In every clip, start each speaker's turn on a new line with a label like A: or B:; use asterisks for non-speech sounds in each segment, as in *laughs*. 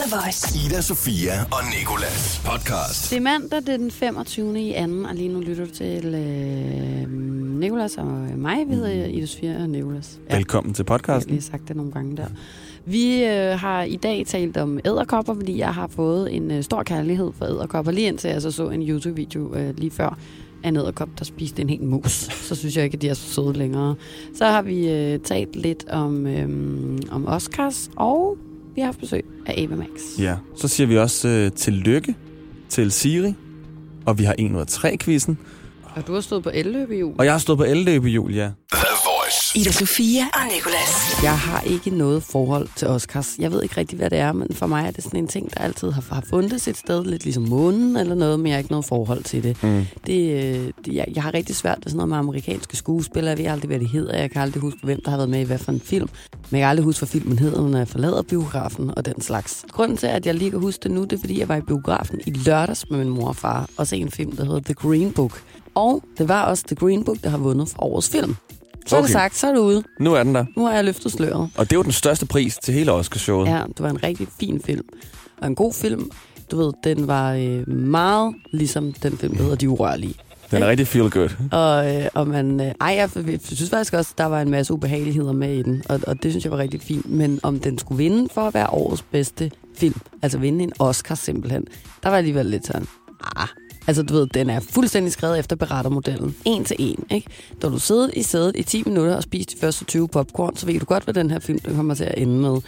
A: The Voice.
B: Ida, Sofia og Nikolas podcast.
C: Det er mandag, det er den 25. i anden, og lige nu lytter du til øh, Nicolas og mig. Vi hedder Ida Sofia og Nicolas. Ja, jeg
D: Velkommen til
C: har
D: podcasten.
C: lige sagt det nogle gange der. Vi øh, har i dag talt om æderkopper, fordi jeg har fået en øh, stor kærlighed for æderkopper, lige indtil jeg så, så en YouTube-video øh, lige før af en æderkop, der spiste en hel mus. Så synes jeg ikke, at de er så søde længere. Så har vi øh, talt lidt om, øh, om Oscars, og vi har haft besøg af Ava Max.
D: Ja. Så siger vi også øh, tillykke til Siri, og vi har en ud af tre quizzen.
C: Og du har stået på elløb i ugen.
D: Og jeg har stået på elløb i Julia.
B: The Voice.
A: Ida Sofia og Nicolas.
C: Jeg har ikke noget forhold til Oscars. Jeg ved ikke rigtig, hvad det er, men for mig er det sådan en ting, der altid har har fundet et sted, lidt ligesom månen eller noget, men jeg har ikke noget forhold til det. Mm. det, øh, det jeg, jeg har rigtig svært ved sådan noget med amerikanske skuespillere. Jeg ved aldrig, hvad de hedder. Jeg kan aldrig huske, hvem der har været med i hvad for en film. Men jeg kan aldrig huske, hvad filmen hedder, når jeg forlader biografen og den slags. Grunden til, at jeg lige kan huske det nu, det er, fordi jeg var i biografen i lørdags med min mor og far og så en film, der hedder The Green Book. Og det var også The Green Book, der har vundet for årets film. Så okay. er det
D: Okay.
C: sagt, så er det ude.
D: Nu er den der.
C: Nu har jeg løftet sløret.
D: Og det er jo den største pris til hele Oscarshowet.
C: Ja, det var en rigtig fin film. Og en god film. Du ved, den var øh, meget ligesom den film, der hedder De Urørlige.
D: Den er rigtig feel good.
C: Og, øh, og man, øh, ej, jeg, jeg synes faktisk også, at der var en masse ubehageligheder med i den, og, og det synes jeg var rigtig fint. Men om den skulle vinde for at være årets bedste film, altså vinde en Oscar simpelthen, der var alligevel lidt sådan, ah, altså du ved, den er fuldstændig skrevet efter berettermodellen, en til en, ikke? Når du sidder i sædet i 10 minutter og spiser de første 20 popcorn, så ved du godt, hvad den her film den kommer til at ende med.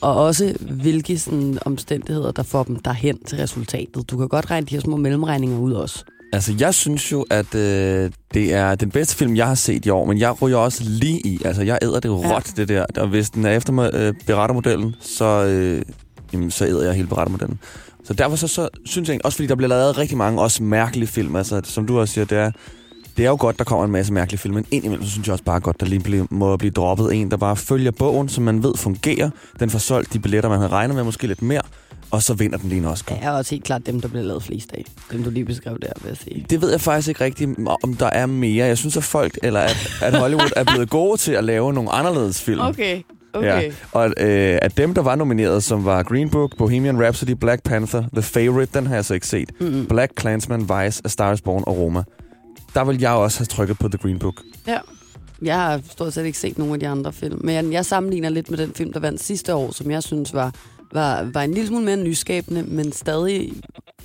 C: Og også hvilke sådan, omstændigheder, der får dem derhen til resultatet. Du kan godt regne de her små mellemregninger ud også.
D: Altså, jeg synes jo, at øh, det er den bedste film, jeg har set i år, men jeg ryger også lige i. Altså, jeg æder det
C: Ja.
D: råt, det der. Og hvis den er efter øh, berettermodellen, så, øh, jamen, så æder jeg hele berettermodellen. Så derfor så, så synes jeg egentlig- også, fordi der bliver lavet rigtig mange også mærkelige film, altså som du også siger, det er, det er jo godt, der kommer en masse mærkelige film, men indimellem så synes jeg også bare godt, der lige blive, må blive droppet en, der bare følger bogen, som man ved fungerer, den får solgt de billetter, man havde regnet med, måske lidt mere, og så vinder den lige en Oscar.
C: Der er også helt klart dem, der bliver lavet flest af. Dem, du lige beskrev der, vil jeg sige.
D: Det ved jeg faktisk ikke rigtigt, om der er mere. Jeg synes, at folk, eller at, at Hollywood er blevet gode til at lave nogle anderledes film.
C: Okay,
D: Ja. Og at, øh, at dem, der var nomineret, som var Green Book, Bohemian Rhapsody, Black Panther, The Favorite, den har jeg så ikke set,
C: Mm-mm.
D: Black Clansman, Vice, A Star is Born og Roma. Der vil jeg også have trykket på The Green Book.
C: Jeg har stort set ikke set nogen af de andre film, men jeg, jeg sammenligner lidt med den film, der vandt sidste år, som jeg synes var, var, var en lille smule mere nyskabende, men stadig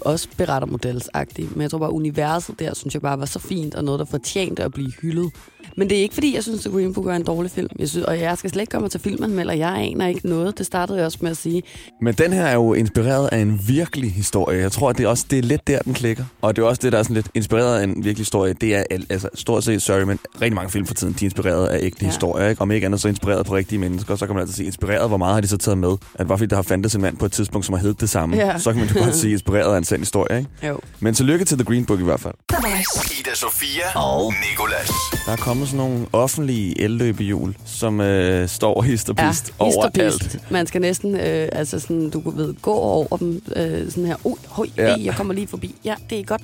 C: også berettermodelsagtig. Men jeg tror bare, universet der, synes jeg bare var så fint, og noget, der fortjente at blive hyldet. Men det er ikke, fordi jeg synes, The Green Book er en dårlig film. Jeg synes, og jeg skal slet ikke komme til filmanmelder. Jeg aner ikke noget. Det startede jeg også med at sige.
D: Men den her er jo inspireret af en virkelig historie. Jeg tror, at det er, også, det er lidt der, den klikker. Og det er også det, der er sådan lidt inspireret af en virkelig historie. Det er al- altså, stort set, sorry, men rigtig mange film for tiden, de er inspireret af ægte
C: Ja.
D: ja. historier. Ikke? Om ikke andet, så inspireret på rigtige mennesker. Så kan man altid sige, inspireret, hvor meget har de så taget med? At bare fordi der har fandtes en mand på et tidspunkt, som har heddet det samme,
C: Ja.
D: ja. så kan man jo godt sige, inspireret af en sand historie. Ikke?
C: Jo.
D: Men tillykke til The Green Book i hvert fald.
A: The Voice.
B: Ida, Sofia og Nikolas.
D: Der er kommet sådan nogle offentlige elløbehjul, som øh, står hist og pist ja,
C: hist og pist.
D: overalt.
C: Man skal næsten, øh, altså sådan, du ved, gå over dem øh, sådan her. Oj, høj,
D: Ja.
C: ja. jeg kommer lige forbi. Ja, det er godt.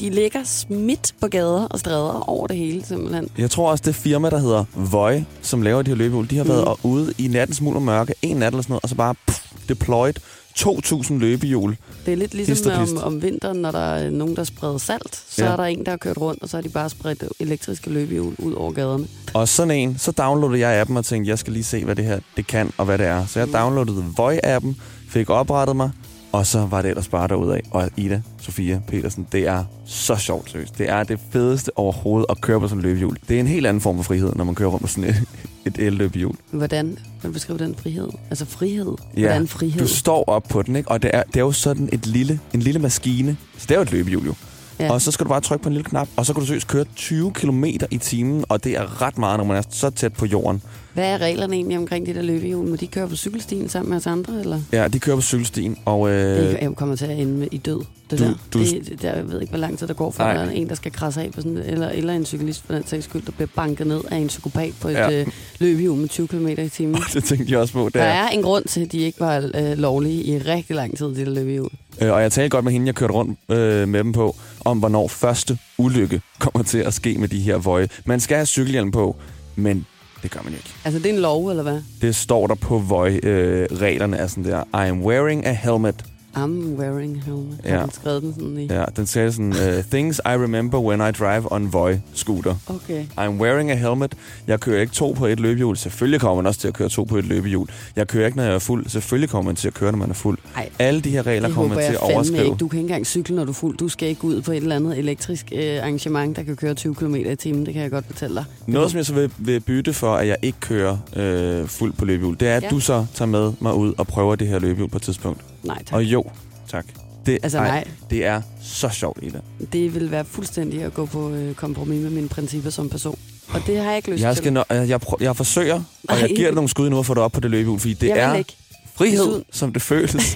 C: De ligger smidt på gader og stræder over det hele, simpelthen.
D: Jeg tror også, det firma, der hedder Voy, som laver de her løbehjul, de har været mm. ude i nattens muld og mørke, en nat eller sådan noget, og så bare pff, deployed 2.000 løbehjul.
C: Det er lidt
D: Hist
C: ligesom
D: og
C: med om,
D: pist.
C: om vinteren, når der er nogen, der spreder salt. Så ja.
D: Ja.
C: er der en, der har kørt rundt, og så har de bare spredt elektriske løbehjul ud over gaderne.
D: Og sådan en, så downloadede jeg appen og tænkte, jeg skal lige se, hvad det her det kan og hvad det er. Så jeg downloadede Voy-appen, fik oprettet mig, og så var det ellers bare derudad. Og Ida, Sofia Petersen, det er så sjovt, seriøst. Det er det fedeste overhovedet at køre på sådan en løbehjul. Det er en helt anden form for frihed, når man kører rundt på sådan et, *laughs* et elløbehjul.
C: Hvordan man beskriver den frihed? Altså frihed. Hvordan frihed?
D: Du står op på den, ikke? Og det er, det er jo sådan et lille, en lille maskine. Så det er jo et løbehjul, jo.
C: Ja.
D: Ja. Og så skal du bare trykke på en lille knap, og så kan du seriøst køre 20 km i timen, og det er ret meget, når man er så tæt på jorden.
C: Hvad er reglerne egentlig omkring de der løbehjul? Må de køre på cykelstien sammen med os andre, eller?
D: Ja, de kører på cykelstien, og øh, *laughs*
C: Øh, jeg kommer til at ende med i død. Det
D: du-
C: der.
D: du-
C: det, det der. Jeg ved ikke, hvor lang tid der går, før
D: Nej.
C: der er en, der skal krasse af, på sådan, eller, eller en cyklist for den sags skyld, der bliver banket ned af en psykopat på et
D: Ja.
C: ja. øh, løbehjul med 20 km i
D: *laughs*
C: timen.
D: det tænkte jeg også på.
C: Der
D: Der.
C: er en grund til, at de ikke var øh, lovlige i rigtig lang tid, de der løbehjul.
D: Øh, og jeg talte godt med hende, jeg kørte rundt øh, med dem på, om *laughs* hvornår første ulykke kommer til at ske med de her vøje. Man skal have cykelhjelm på, men Det gør man ikke.
C: Altså, det er en lov, eller hvad?
D: Det står der på vøj. Øh, reglerne er sådan der. I am wearing a helmet.
C: I'm wearing helmet. Ja.
D: Ja.
C: Har han skrevet den sådan i?
D: Ja, den siger sådan, uh, things I remember when I drive on Voi scooter.
C: Okay.
D: I'm wearing a helmet. Jeg kører ikke to på et løbehjul. Selvfølgelig kommer man også til at køre to på et løbehjul. Jeg kører ikke, når jeg er fuld. Selvfølgelig kommer man til at køre, når man er fuld.
C: Ej,
D: Alle de her regler
C: det
D: kommer
C: håber
D: man til
C: jeg
D: at
C: fandme
D: overskrive.
C: ikke. Du kan ikke engang cykle, når du er fuld. Du skal ikke ud på et eller andet elektrisk øh, arrangement, der kan køre 20 km i timen. Det kan jeg godt fortælle dig.
D: Noget, som jeg så vil, vil bytte for, at jeg ikke kører øh, fuld på løbehjul, det er, at
C: Ja.
D: ja. du så tager med mig ud og prøver det her løbehjul på et tidspunkt.
C: Nej, tak.
D: Og jo, tak. Det,
C: Altså,
D: ej,
C: nej.
D: det er så sjovt, Ida.
C: Det vil være fuldstændig at gå på øh, kompromis med mine principper som person. Og det har jeg ikke lyst
D: Jeg,
C: til.
D: skal, nø- jeg, jeg, prø- jeg forsøger, og
C: Ej.
D: jeg giver dig nogle skud nu og får dig op på det løbehjul, fordi det
C: jeg
D: er
C: Vil ikke.
D: frihed,
C: Desuden-
D: som det føles.
C: *laughs*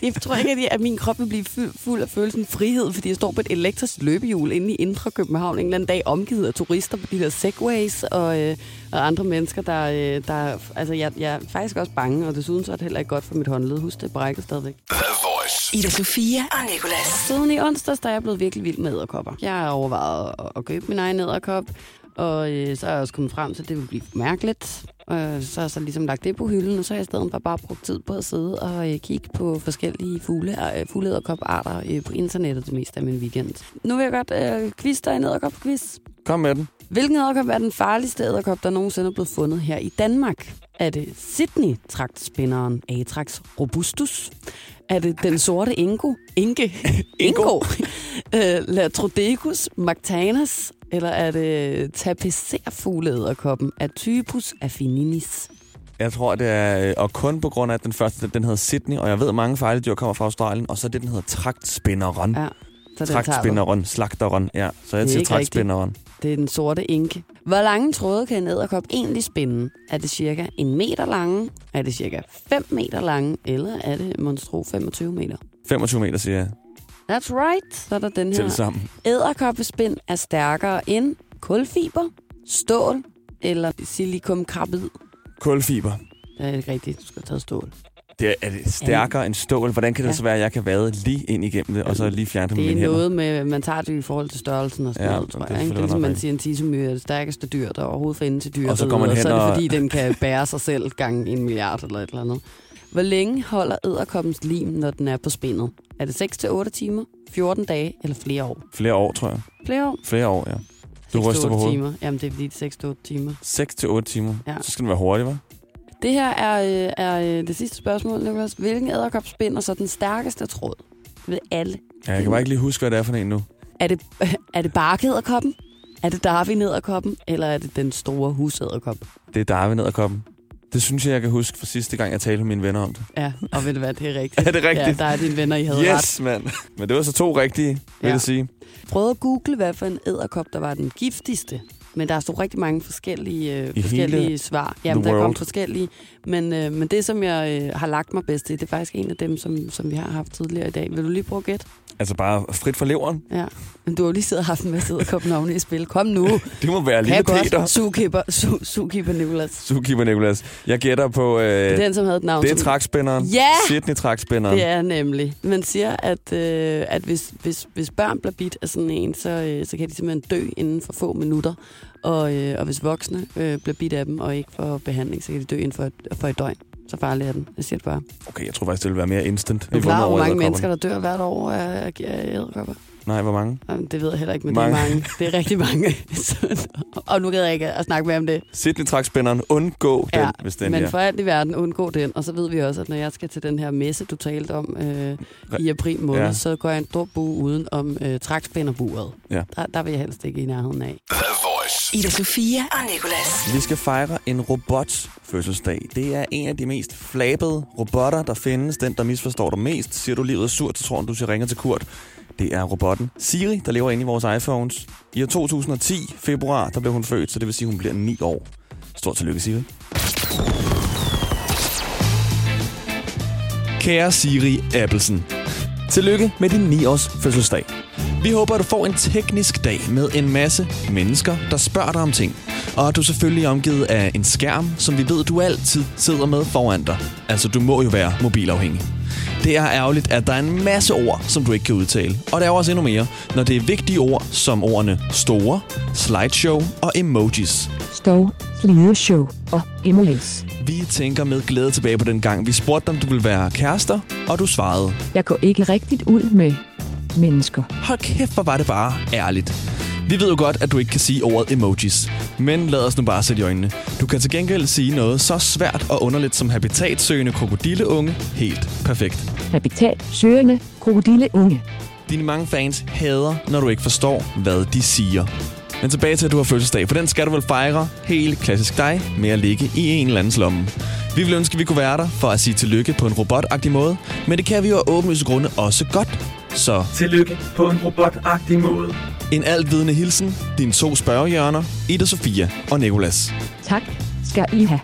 C: Det tror jeg ikke, at min krop vil blive fy- fuld af følelsen frihed, fordi jeg står på et elektrisk løbehjul inde i Indre København en eller anden dag, omgivet af turister på de der segways og, øh, og andre mennesker, der... Øh, der altså, jeg, jeg er faktisk også bange, og desuden så er det heller ikke godt for mit håndled. Husk, det brækker stadigvæk.
B: The Voice.
A: Ida Sofia og Nicolas.
C: Siden i onsdags, der er jeg blevet virkelig vild med æderkopper. Jeg har overvejet at, at købe min egen æderkop, og øh, så er jeg også kommet frem til, at det vil blive mærkeligt. Og så har jeg så ligesom lagt det på hylden, og så har jeg i stedet for bare brugt tid på at sidde og øh, kigge på forskellige fugle, øh, fugleæderkoparter øh, på internettet det meste af min weekend. Nu vil jeg godt øh, quiz dig en æderkop-quiz.
D: Kom med den.
C: Hvilken æderkop er den farligste æderkop, der nogensinde er blevet fundet her i Danmark? Er det Sydney-traktspinderen Atrax robustus? Er det den sorte Ingo? Inge? Ingo? *laughs* Øh, Latrodecus mactanus? Eller er det tapisserfugleæderkoppen Atypus affininis?
D: Jeg tror, det er... øh, Og kun på grund af, at den første, den hedder Sydney, og jeg ved, at mange fejledyr kommer fra Australien, og så er det, den hedder traktspinderen.
C: Ja, Så den tager du.
D: Traktspinderen, slagteren, ja. Så
C: Det er
D: jeg siger
C: ikke rigtigt.
D: traktspinderen.
C: Det er den sorte inke. Hvor lange tråde kan en æderkop egentlig spænde? Er det cirka en meter lange? Er det cirka 5 meter lange? Eller er det monstro 25 meter?
D: 25 meter, siger jeg
C: That's right. Så er der den
D: til
C: her.
D: sammen.
C: Æderkoppespind er stærkere end kulfiber, stål eller silikumkarbid.
D: Kulfiber.
C: Det er ikke rigtigt, du skal have taget stål.
D: Det er, er det stærkere end stål. Hvordan kan det
C: Ja.
D: så være, at jeg kan vade lige ind igennem det, og så lige fjerne det med
C: Det er
D: mine hænder?
C: noget med, man tager det i forhold til størrelsen og sådan
D: Ja,
C: noget, tror
D: det er
C: jeg. Ikke?
D: selvfølgelig
C: Det er ligesom,
D: nok
C: man
D: rigtigt.
C: siger, en tissemyre er det stærkeste dyr, der overhovedet findes i dyr.
D: Og så går man hen
C: så er det,
D: og-
C: fordi den kan bære sig selv gange en milliard eller et eller andet. Hvor længe holder æderkoppens lim, når den er på spindet? Er det 6-8 timer, 14 dage eller flere år?
D: Flere år, tror jeg.
C: Flere år?
D: Flere år, ja.
C: 6 til
D: ryster på
C: 8
D: hovedet.
C: timer. Jamen, det er fordi, det er 6-8 timer.
D: 6 til 8 timer.
C: Ja.
D: Ja. Så skal den være hurtig, hva'?
C: Det her er, øh, er øh, det sidste spørgsmål, Niklas. Hvilken æderkop spinder så den stærkeste tråd ved alle?
D: Ja, jeg kan bare ikke lige huske, hvad det er for en nu.
C: Er det, *laughs* er det barkæderkoppen? Er det darwin Eller er det den store husæderkop?
D: Det er Darwin ned koppen. Det synes jeg, jeg kan huske fra sidste gang, jeg talte med mine venner om det. *laughs*
C: Ja, og ved du hvad, det er rigtigt.
D: Er det rigtigt?
C: Ja, der er dine venner, I havde ret.
D: Yes, mand. *laughs* Men det var så to rigtige, vil
C: Ja.
D: ja. jeg sige.
C: Prøvede at google, hvad for en æderkop, der var den giftigste. Men der stod rigtig mange forskellige, øh,
D: hele
C: forskellige svar. Jamen,
D: the
C: der kom
D: world.
C: forskellige. Men, øh, men det, som jeg øh, har lagt mig bedst i, det er faktisk en af dem, som, som vi har haft tidligere i dag. Vil du lige prøve at gætte?
D: Altså bare frit fra leveren.
C: Ja, men du har jo lige siddet og haft en masse æderkopnavne i spil.
D: *laughs*
C: Kom nu.
D: Det må være
C: Kan
D: lille
C: jeg godt.
D: Peter.
C: Zookeeper, su, zookeeper Nicolas.
D: Zookeeper Nicolas. Jeg gætter på... Øh,
C: Det er
D: det
C: den, som havde et navn.
D: er
C: som-
D: trakspænderen.
C: Ja!
D: Sydney-trakspænderen.
C: det er nemlig. Man siger, at, øh, at hvis, hvis, hvis børn bliver bidt af sådan en, så, øh, så kan de simpelthen dø inden for få minutter. Og, øh, og hvis voksne øh, bliver bidt af dem og ikke får behandling, så kan de dø inden for et, for et døgn. Så farlig er den. Jeg siger det bare.
D: Okay, jeg tror faktisk, det ville være mere instant.
C: Du er
D: Vi
C: klar
D: vundet
C: over, hvor
D: over
C: mange
D: edderkopperne.
C: mennesker, der dør hvert år af af æderkopper?
D: Nej, hvor mange?
C: Jamen, Det ved jeg heller ikke, men det er
D: Mange.
C: mange. Det er rigtig mange. *laughs* Så- og nu gider jeg ikke at snakke mere om det.
D: Sydney-trakspænderen. Undgå den, hvis den
C: men
D: er.
C: for alt i verden, undgå den. Og så ved vi også, at når jeg skal til den her messe, du talte om øh, i april måned, ja.
D: Ja.
C: så går jeg en stor bue uden om øh, trækspænderburet.
D: Ja.
C: Der, der vil jeg helst ikke i nærheden af.
B: The Voice.
A: Ida Sofia og Nicolas.
D: Vi skal fejre en robots fødselsdag. Det er en af de mest flabede robotter, der findes. Den, der misforstår dig mest. Siger du livet er surt, så tror han, du skal ringe til Kurt. Det er robotten Siri, der lever inde i vores iPhones. I år 2010, februar, der blev hun født, så det vil sige, hun bliver 9 år. Stort tillykke, Siri. Kære Siri Appelsen. Tillykke med din 9-års fødselsdag. Vi håber, at du får en teknisk dag med en masse mennesker, der spørger dig om ting. Og at du selvfølgelig er omgivet af en skærm, som vi ved, du altid sidder med foran dig. Altså, du må jo være mobilafhængig. Det er ærgerligt, at der er en masse ord, som du ikke kan udtale. Og der er jo også endnu mere, når det er vigtige ord, som ordene store, slideshow og emojis.
E: Stov, slideshow og emojis.
D: Vi tænker med glæde tilbage på den gang, vi spurgte dig, om du ville være kærester, og du svarede.
E: Jeg går ikke rigtigt ud med mennesker.
D: Hold kæft, hvor var det bare ærligt. Vi ved jo godt, at du ikke kan sige ordet emojis, men lad os nu bare sætte i øjnene. Du kan til gengæld sige noget så svært og underligt som habitatsøgende krokodilleunge helt perfekt.
E: Habitat, søgende, krokodilleunge.
D: Dine mange fans hader, når du ikke forstår, hvad de siger. Men tilbage til, at du har fødselsdag, for den skal du vel fejre helt klassisk dig med at ligge i en eller andens lomme. Vi ville ønske, at vi kunne være der for at sige tillykke på en robotagtig måde, men det kan vi jo af åbenlyse grunde også godt. Så
F: Tillykke på en robotagtig måde.
D: en altvidende hilsen, dine to spørgehjørner, Ida Sofia og Nikolas.
E: Tak skal I have.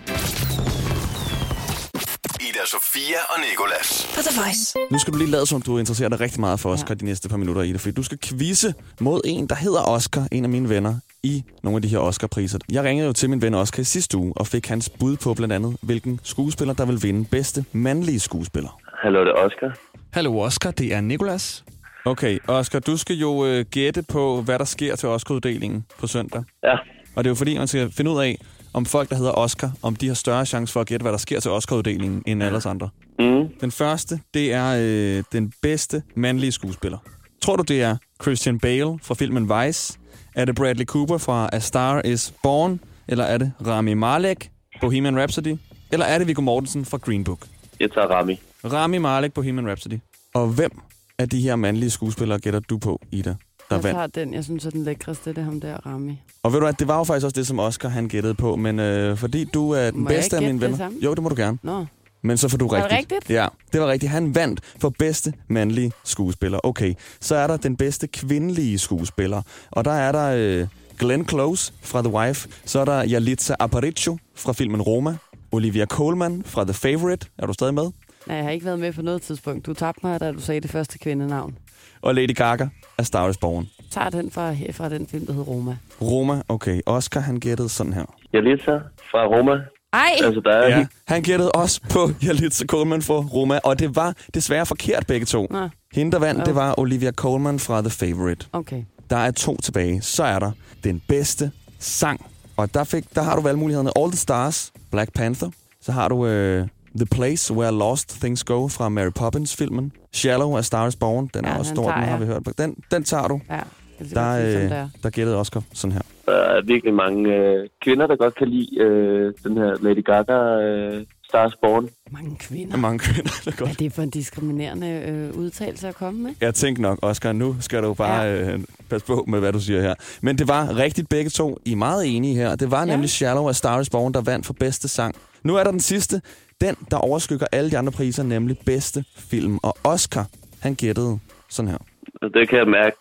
B: Ida Sofia og Nikolas.
A: På The Voice.
D: Nu skal du lige lade, som du interesserer dig rigtig meget for Oscar ja. de næste par minutter, Ida, fordi du skal quizze mod en, der hedder Oscar, en af mine venner, i nogle af de her Oscar-priser. Jeg ringede jo til min ven Oscar i sidste uge og fik hans bud på blandt andet, hvilken skuespiller, der vil vinde bedste mandlige skuespiller.
G: Hallo, det er Oscar.
D: Hallo Oscar, det er Nikolas. Okay, Oscar, du skal jo øh, gætte på, hvad der sker til Oscar-uddelingen på søndag.
G: Ja,
D: Og det er jo fordi, man skal finde ud af, om folk, der hedder Oscar, om de har større chance for at gætte, hvad der sker til Oscar-uddelingen, end alle os andre. Mm. Den første, det er øh, den bedste mandlige skuespiller. Tror du, det er Christian Bale fra filmen Vice? Er det Bradley Cooper fra A Star Is Born? Eller er det Rami Malek, Bohemian Rhapsody? Eller er det Viggo Mortensen fra Green Book?
G: jeg tager Rami.
D: Rami Malek, Bohemian Rhapsody. Og hvem af de her mandlige skuespillere gætter du på, Ida, der
C: Jeg
D: vandt?
C: tager den, jeg synes er den lækreste, det er ham der, Rami.
D: Og ved du hvad, det var jo faktisk også det, som Oscar han gættede på, men øh, fordi du er den
C: Må jeg
D: bedste af
C: ikke
D: mine
C: gætte det
D: venner...
C: samme?
D: jo, det må du gerne.
C: Nå,
D: Men så får du
C: det
D: rigtigt.
C: rigtigt?
D: Ja, det var rigtigt. Han vandt for bedste mandlige skuespiller. Okay, så er der den bedste kvindelige skuespiller. Og der er der øh, Glenn Close fra The Wife. Så er der Yalitza Aparicio fra filmen Roma. Olivia Colman fra The Favorite. Er du stadig med?
C: nej, jeg har ikke været med på noget tidspunkt. Du tabte mig, da du sagde det første kvindenavn.
D: Og Lady Gaga af Star Wars Born.
C: Tager den fra, fra den film, der hed Roma.
D: Roma, okay. Oscar, han gættede sådan her.
G: Jeg læser fra Roma.
C: Ej!
G: Altså, der er
D: Ja. Han gættede også på *laughs* Jalitza Coleman fra Roma, og det var desværre forkert begge to.
C: Nå.
D: Hende, der vandt, det var Olivia Colman fra The Favorite.
C: Okay.
D: Der er to tilbage. Så er der den bedste sang. Og der, fik, der har du valgmulighederne All the Stars, Black Panther. Så har du øh, The Place Where Lost Things Go fra Mary Poppins-filmen. Shallow af Stars Born. Den er
C: Ja,
D: også
C: den
D: stor, den
C: tager
D: har
C: jeg.
D: vi hørt. på. Den, den tager du.
C: Ja, jeg vil
D: Der,
C: der, sige, som
D: øh,
C: ligesom der.
D: der gættede Oscar sådan her.
G: der er virkelig mange øh, kvinder, der godt kan lide øh, den her Lady Gaga øh, Stars Born.
C: Mange kvinder.
D: Der er mange kvinder, der godt
C: Hvad er det for en diskriminerende øh, udtalelse at komme med?
D: Jeg tænkte nok, Oscar, nu skal du bare ja. øh, passe på med, hvad du siger her. Men det var rigtigt begge to. I er meget enige her. Det var ja. nemlig Shallow af Star Is Born, der vandt for bedste sang. Nu er der den sidste. Den, der overskygger alle de andre priser, nemlig bedste film. Og Oscar, han gættede sådan her.
G: Og det kan jeg mærke.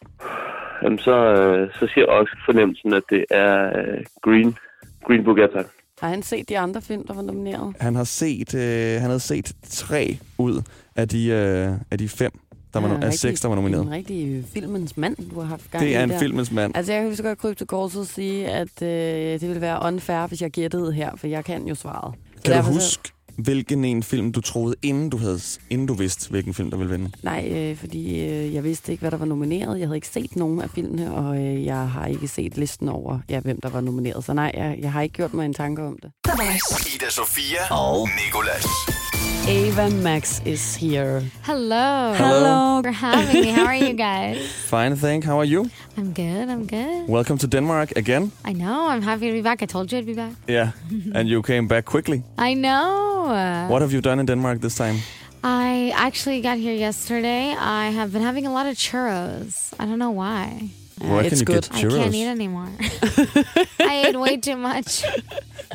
G: Jamen, så, øh, så siger også fornemmelsen, at det er øh, Green. Green Book, jeg tager.
C: Har han set de andre film, der var nomineret?
D: Han har set, øh, han havde set tre ud af de, øh, af de fem, der var,
C: Han er
D: no- af
C: rigtig-
D: seks, der var
C: En
D: nomineret.
C: rigtig øh, filmens mand, du har haft gang i
D: Det er en
C: der.
D: filmens mand.
C: Altså, jeg kan lige så godt krybe til korset og sige, at øh, det ville være unfair, hvis jeg gættede her, for jeg kan jo svaret. Så
D: Kan du
C: derfor så-
D: huske, hvilken en film du troede, inden du, havde, inden du vidste, hvilken film der ville vinde?
C: Nej, øh, fordi øh, jeg vidste ikke, hvad der var nomineret. Jeg havde ikke set nogen af filmene, og øh, jeg har ikke set listen over, ja, hvem der var nomineret. Så nej, jeg, jeg har ikke gjort mig en tanke om det.
A: The Voice.
B: Ida Sofia og Nikolas.
C: Ava Max is here.
H: Hello.
D: Hello.
H: Thanks For having me. How are *laughs* you guys?
D: Fine, thank. How are you?
H: I'm good. I'm good.
D: Welcome to Denmark again.
H: I know. I'm happy to be back. I told you I'd be back.
D: Yeah, *laughs* and you came back quickly.
H: I know.
D: What have you done in Denmark this time?
H: I actually got here yesterday. I have been having a lot of churros. I don't know why.
D: Where
C: it's
D: can you
C: good. *laughs*
D: get
H: I
D: churros?
H: can't eat
D: *laughs*
H: anymore. I ate way too much.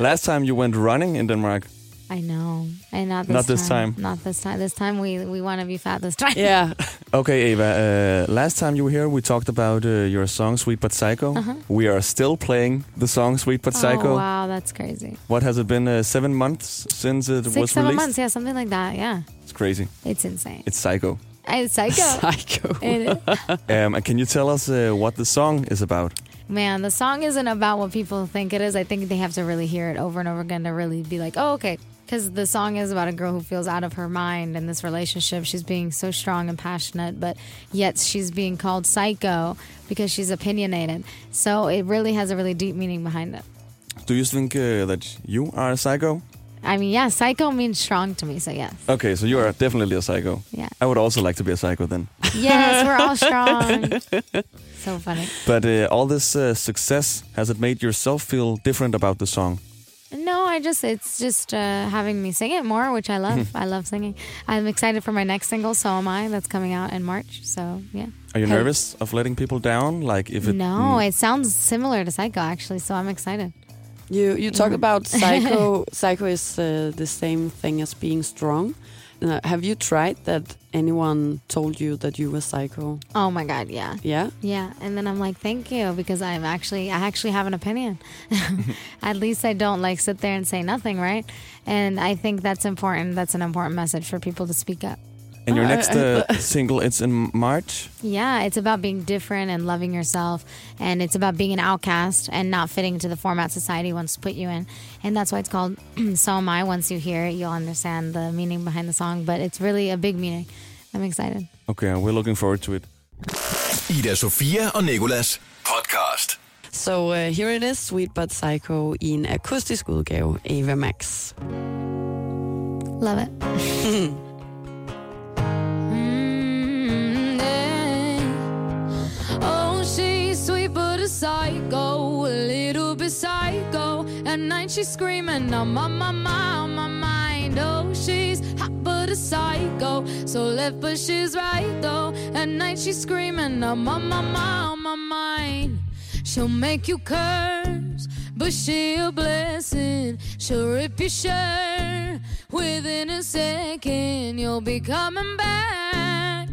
D: Last time you went running in Denmark.
H: I know. And not this
D: Not this time.
H: Not this time. This time we we want to be fat this time. *laughs*
C: Yeah.
D: Okay, Ava. Uh, last time you were here, we talked about uh, your song "Sweet But Psycho." We are still playing the song "Sweet But Psycho."
H: Uh-huh. Oh, wow, that's crazy.
D: What has it been? Uh, seven months since it
H: Six,
D: was
H: seven
D: released.
H: months. Yeah, something like that. Yeah.
D: It's crazy.
H: It's insane.
D: It's
H: *laughs*
D: psycho.
H: It's
D: *laughs*
H: psycho.
C: Psycho.
H: It-
D: um, and can you tell us uh, what the song is about?
H: Man, the song isn't about what people think it is. I think they have to really hear it over and over again to really be like, oh, okay, Because the song is about a girl who feels out of her mind in this relationship. She's being so strong and passionate, but yet she's being called psycho because she's opinionated. So it really has a really deep meaning behind it.
D: Do you think uh, that you are a psycho?
H: I mean, yeah, psycho means strong to me, so yes.
D: Okay, so you are definitely a psycho.
H: Yeah.
D: I would also like to be a psycho then.
H: Yes, we're all strong. so funny.
D: But uh, all this uh, success, has it made yourself feel different about the song?
H: No, I just it's just uh, having me sing it more, which I
D: *laughs*
H: love. I love singing. I'm excited for my next single, "So Am I," that's coming out in March. So yeah.
D: Are you
H: Hey.
D: nervous of letting people down? Like if it Mm.
H: No, it sounds similar to Psycho actually, so I'm excited.
C: You you talk about psycho. psycho is uh, the same thing as being strong. Uh, have you tried that? Anyone told you that you were psycho?
H: Oh my god, yeah.
C: Yeah.
H: Yeah, and then I'm like, thank you, because I'm actually, I actually have an
D: *laughs*
H: opinion. *laughs* At least I don't like sit there and say nothing, right? And I think that's important. That's an important message for people to speak up.
D: And your
C: Oh, I-
D: next
C: *laughs*
D: uh,
C: I-
D: single, it's in March.
H: Yeah, it's about being different and loving yourself, and it's about being an outcast and not fitting into the format society wants to put you in. And that's why it's called *clears throat* "So Am I." Once you hear it, you'll understand the meaning behind the song. But it's really a big meaning. I'm excited.
D: Okay, we're looking forward to it.
B: Ida Sofia og Nikolas podcast.
C: So uh, here it is, Sweet But Psycho i en akustisk udgave, Ava Max.
H: Love it. Mm, yeah. Oh, she's sweet but a psycho, a little bit psycho. At night she's screaming, I'm on my mind, on my mind. Oh, she's hot but a psycho, so left but she's right though. At night she's screaming, I'm on my mind, on my mind. She'll make you curse, but she a blessing. She'll rip your shirt within a second. You'll be coming back,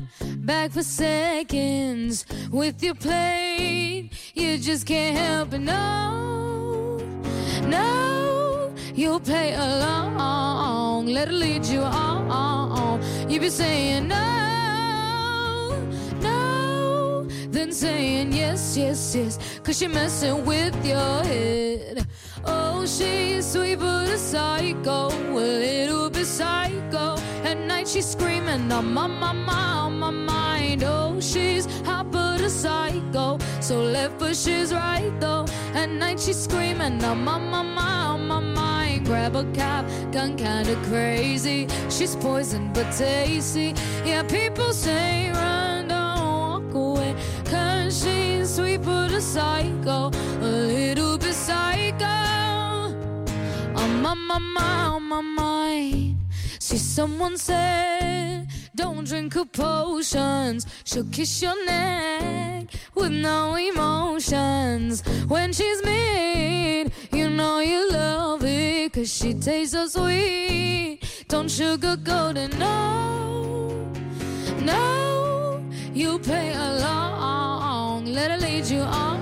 H: back for seconds with your plate. You just can't help it. No, no, you'll play along. Let it lead you on. You be saying no, no, then saying yes, yes, yes, cause she messing with your head. Oh, she's sweet but a psycho, a little bit psycho. At night she's screaming, I'm on my mind, on my mind. Oh, she's hot but a psycho, so left but she's right though. At night she's screaming, I'm on my mind, on my mind. Grab a cop, gun kinda crazy. She's poison but tasty. Yeah, people say run, don't walk away. Cause she's sweet but a psycho, a little bit psycho. On my, my, my, on my mind. See, someone said, don't drink her potions. She'll kiss your neck with no emotions. When she's mean, you know you love it. Cause she tastes so sweet. Don't sugarcoat it, no. No, you play along. Let her lead you on.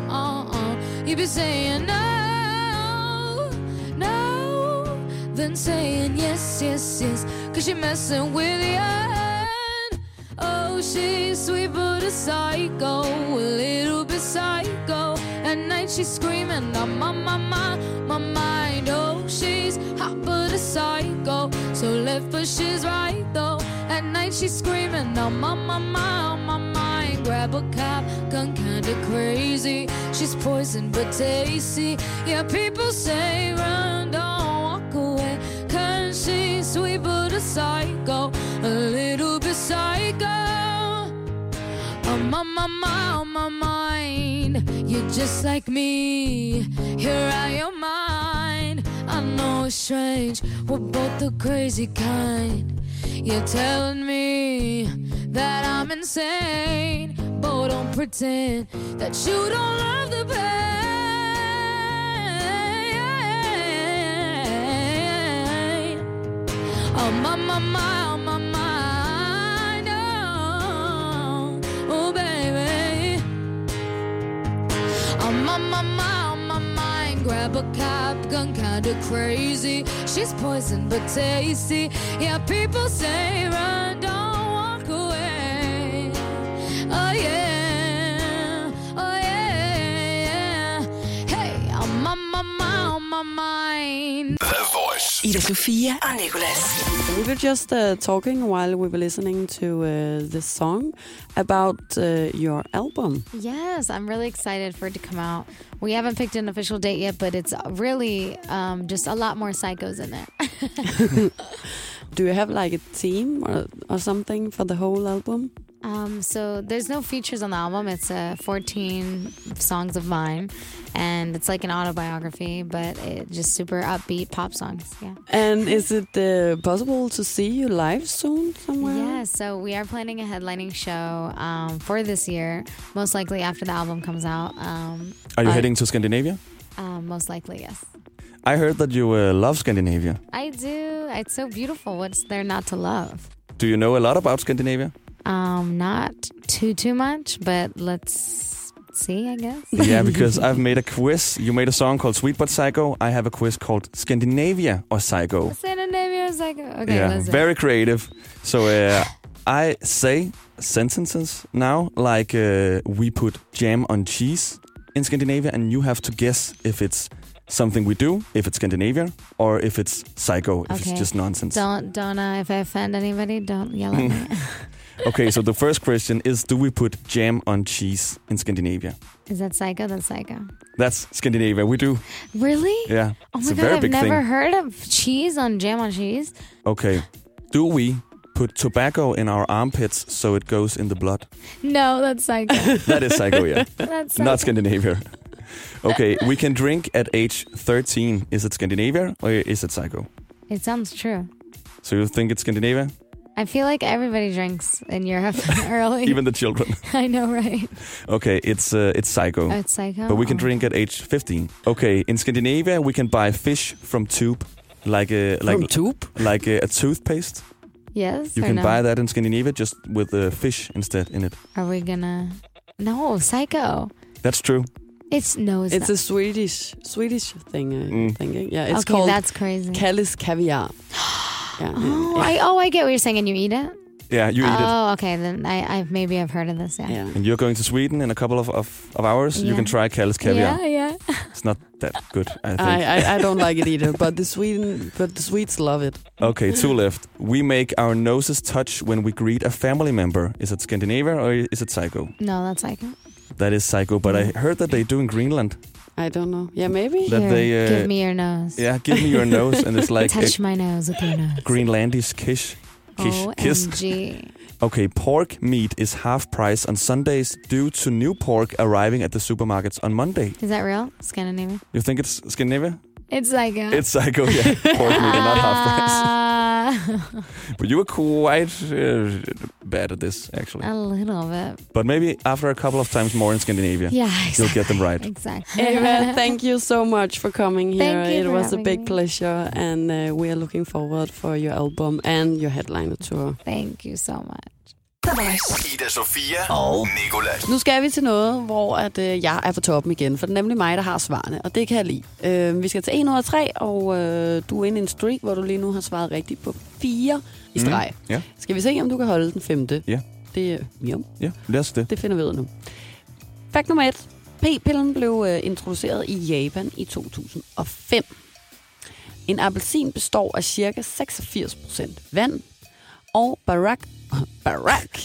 H: You be saying no, no, then saying yes, yes, yes. Cause she messing with you. Oh, she's sweet but a psycho, a little bit psycho. At night she's screaming, "Ah, I'm on my mind, my mind. Oh, she's hot but a psycho, so left but she's right though. At night she's screaming, "Oh, I'm on my mind, my mind. Grab a cop, gun kinda crazy. She's poison but tasty. Yeah, people say run, don't walk away. Cause she's sweet but a psycho, a little bit psycho. On Oh, my, my, my, on my mind. You're just like me. Here I am, mine. I know it's strange. We're both the crazy kind. You're telling me that I'm insane. But don't pretend that you don't love the pain. Oh my, my, my, oh my, mind, oh, oh baby. Oh my, my, my, oh my mind, grab a cop gun, kinda crazy. She's poison but tasty. Yeah, people say run, don't walk away. Oh yeah, oh yeah. Hey, oh my, my, my, oh my mind.
B: The Voice.
A: Ida Sofia og Nicolas.
C: We were just uh, talking while we were listening to uh, this song about uh, your album.
I: Yes, I'm really excited for it to come out. We haven't picked an official date yet, but it's really um, just a lot more psychos in there.
C: Do you have like a theme or, or something for the whole album?
I: Um, so there's no features on the album. It's uh, 14 songs of mine, and it's like an autobiography, but it just super upbeat pop songs. Yeah.
C: And is it uh, possible to see you live soon somewhere?
I: Yeah, so we are planning a headlining show um, for this year, most likely after the album comes out. Um,
D: Are you
C: I-
D: heading to Scandinavia?
I: uh, most likely, yes.
D: I heard that you uh, love Scandinavia.
I: I do. It's so beautiful. What's there not to love?
D: Do you know a lot about
C: *laughs*
D: Scandinavia?
I: Um, not too too much, but let's see. I guess.
D: yeah, because
I: *laughs*
D: I've made a quiz. You made a song called Sweet But Psycho. I have a quiz called Scandinavia or Psycho.
I: Scandinavia is like okay.
D: yeah,
I: let's do it.
D: very creative. So uh, I say sentences now, like uh, we put jam on cheese in Scandinavia, and you have to guess if it's something we do, if it's Scandinavian, or if it's psycho, if
I: Okay.
D: it's just nonsense.
I: Don't don't uh, if I offend anybody, don't yell
D: *laughs*
I: at me.
D: Okay, so the first question is Do we put jam on cheese in Scandinavia?
I: Is that psycho? That's psycho.
D: That's Scandinavia. We do.
I: Really?
D: Yeah.
I: Oh
D: it's
I: my
D: a
I: god,
D: very
I: I've
D: big
I: never
D: thing.
I: heard of cheese on jam on cheese.
D: Okay. Do we put tobacco in our armpits so it goes in the blood?
I: No, that's psycho.
D: *laughs* That is psycho, oh, yeah.
I: That's psycho.
D: Not
C: *laughs*
D: Scandinavia. Okay, we can drink at age 13. Is it Scandinavia or is it psycho?
I: It sounds true.
D: So you think it's
C: *laughs*
D: Scandinavia?
I: I feel like everybody drinks in Europe *laughs* early.
D: Even the children. *laughs*
I: I know, right?
D: Okay, it's uh, it's psycho.
I: Oh, it's psycho.
D: But we can
I: Oh.
D: drink at age 15. Okay, in Scandinavia we can buy fish from tube like a like
C: From Tube?
D: like a, a toothpaste.
I: Yes.
D: You
I: or
D: can
I: no?
D: buy that in Scandinavia just with uh, fish instead in it.
I: Are we gonna? No, psycho.
D: That's true.
I: It's no. It's,
C: It's a
I: not.
C: Swedish Swedish thing, I'm
D: Mm.
C: thinking. Yeah, it's
I: okay,
C: called
I: that's crazy. *gasps*
C: Kallis Caviar. Yeah,
I: oh,
C: yeah,
I: I oh I get what you're saying, and you eat it.
D: Yeah, you eat it.
I: oh, okay. Then I, I maybe I've heard of this. Yeah.
C: yeah.
D: And you're going to Sweden in a couple of, of, of hours. You
I: Yeah.
D: can try Kalles caviar.
I: Yeah, yeah.
D: It's not that good, I think.
C: I, I, I don't like it either, but the Sweden, but the Swedes love it.
D: Okay, two left. We make our noses touch when we greet a family member. Is it Scandinavia or is it psycho?
I: No, that's psycho.
D: That is psycho, but I heard that they do in Greenland.
C: I don't know. Yeah, maybe.
I: *laughs*
D: That
I: Here,
D: they, uh,
I: give me your nose.
D: Yeah, give me *laughs* your nose, and it's like uh, a
I: Touch my nose
D: *laughs*
I: with your nose.
D: Greenlandish kish. Kish, kiss.
I: OMG.
D: Okay, pork meat is half price on Sundays due to new pork arriving at the supermarkets on Monday.
I: Is that real? Scandinavian?
D: You think it's Scandinavia?
I: It's psycho.
D: It's psycho, *laughs* yeah. Pork meat and not half price. *laughs*
I: *laughs* price.
D: But you were quite uh, bad at this, actually.
I: a little bit.
D: But maybe after a couple of times more in Scandinavia,
I: Yeah.
D: you'll
I: Exactly.
D: get them right.
I: *laughs* Exactly.
C: Eva, thank you so much for coming here.
I: Thank you
C: It
I: for
C: was a
I: having
C: big
I: me.
C: pleasure, and uh, we are looking forward for your album and your headliner tour.
I: Thank you so much.
B: Ida Sofia og Nicolas.
C: Nu skal vi til noget, hvor at, øh, jeg er på toppen igen, for det er nemlig mig, der har svarene, og det kan jeg lide. Øh, vi skal til 1 ud af 3, og øh, du er inde i en streak, hvor du lige nu har svaret rigtigt på 4 i streg. Mm.
D: Mhm. Ja,
C: Skal vi se, om du kan holde den femte?
D: Ja.
C: Det, øh, jo,
D: ja, lad os det.
C: det finder vi ud af nu. Fakt nummer 1. P-pillen blev øh, introduceret i Japan i 2005. En appelsin består af ca. 86% vand, og Barack, Barack,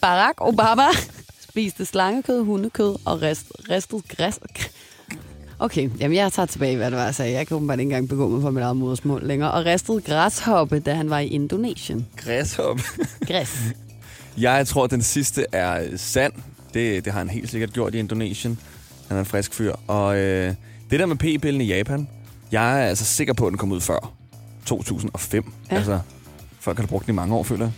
C: Barack Obama *laughs* spiste slangekød, hundekød og rest, ristet græs. Okay, jamen jeg tager tilbage, hvad det var, jeg sagde. Jeg kan åbenbart ikke engang begå mig for mit eget modersmål længere. Og ristet græshoppe, da han var i Indonesien.
D: Græshoppe.
C: Græs.
D: Jeg tror, den sidste er øh, sand. Det, det har han helt sikkert gjort i Indonesien. Han er en frisk fyr. Og øh, det der med p-pillen i Japan, jeg er altså sikker på, at den kom ud før 2005.
C: Ja.
D: Ja. Altså, folk har da brugt den i mange år, føler jeg.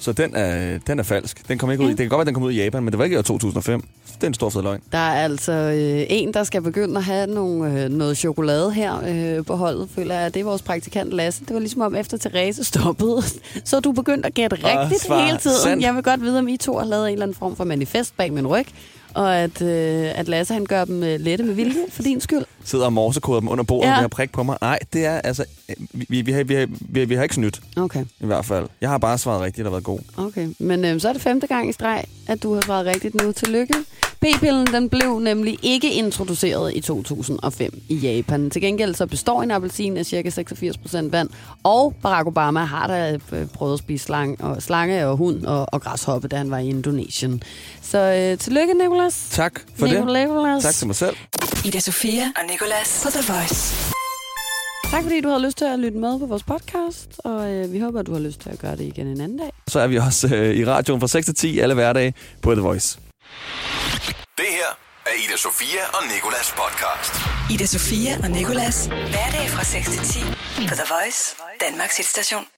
D: Så den er, den er falsk. Den kom ikke ud. i- Det kan godt være, at den kom ud i Japan, men det var ikke i år 2005. Det er en stor fed løgn.
C: Der er altså øh, en, der skal begynde at have nogle, øh, noget chokolade her øh, på holdet, føler jeg. Det er vores praktikant Lasse. Det var ligesom om efter Therese stoppede, *laughs* så er du begyndt at gætte rigtigt
D: svar
C: hele tiden.
D: sandt.
C: Jeg vil godt vide, om I to har lavet en eller anden form for manifest bag min ryg, og at, øh, at Lasse han gør dem øh, lette med vilje for din skyld.
D: Sidder og morsekoder dem under bordet
C: Ja.
D: ja. med at prikke på mig. Nej, det er altså... øh, Vi, vi, har, vi, har, vi, har, vi har ikke snydt,
C: Okay,
D: i hvert fald. Jeg har bare svaret rigtigt og været god.
C: øhm, okay. Men øh, så er det femte gang i streg, at du har svaret rigtigt nu. Tillykke. P-pillen den blev nemlig ikke introduceret i 2005 i Japan. Til gengæld så består en appelsin af ca. 86% vand, og Barack Obama har da øh, prøvet at spise slange og, slange og hund og, og græshoppe, da han var i Indonesien. Så øh, tillykke, Nicolas.
D: Tak for det.
C: Nicolas.
D: Tak til mig selv.
A: Ida Sofia og Nicolas på The Voice.
C: tak fordi du havde lyst til at lytte med på vores podcast, og øh, vi håber, du har lyst til at gøre det igen en anden dag.
D: Så er vi også øh, i radioen fra 6 til 10 alle hverdage på The Voice.
B: Det her er Ida Sofia og Nikolas podcast.
A: Ida Sofia og Nicolas. Hverdag fra 6 til 10 på The Voice, Danmarks hitstation.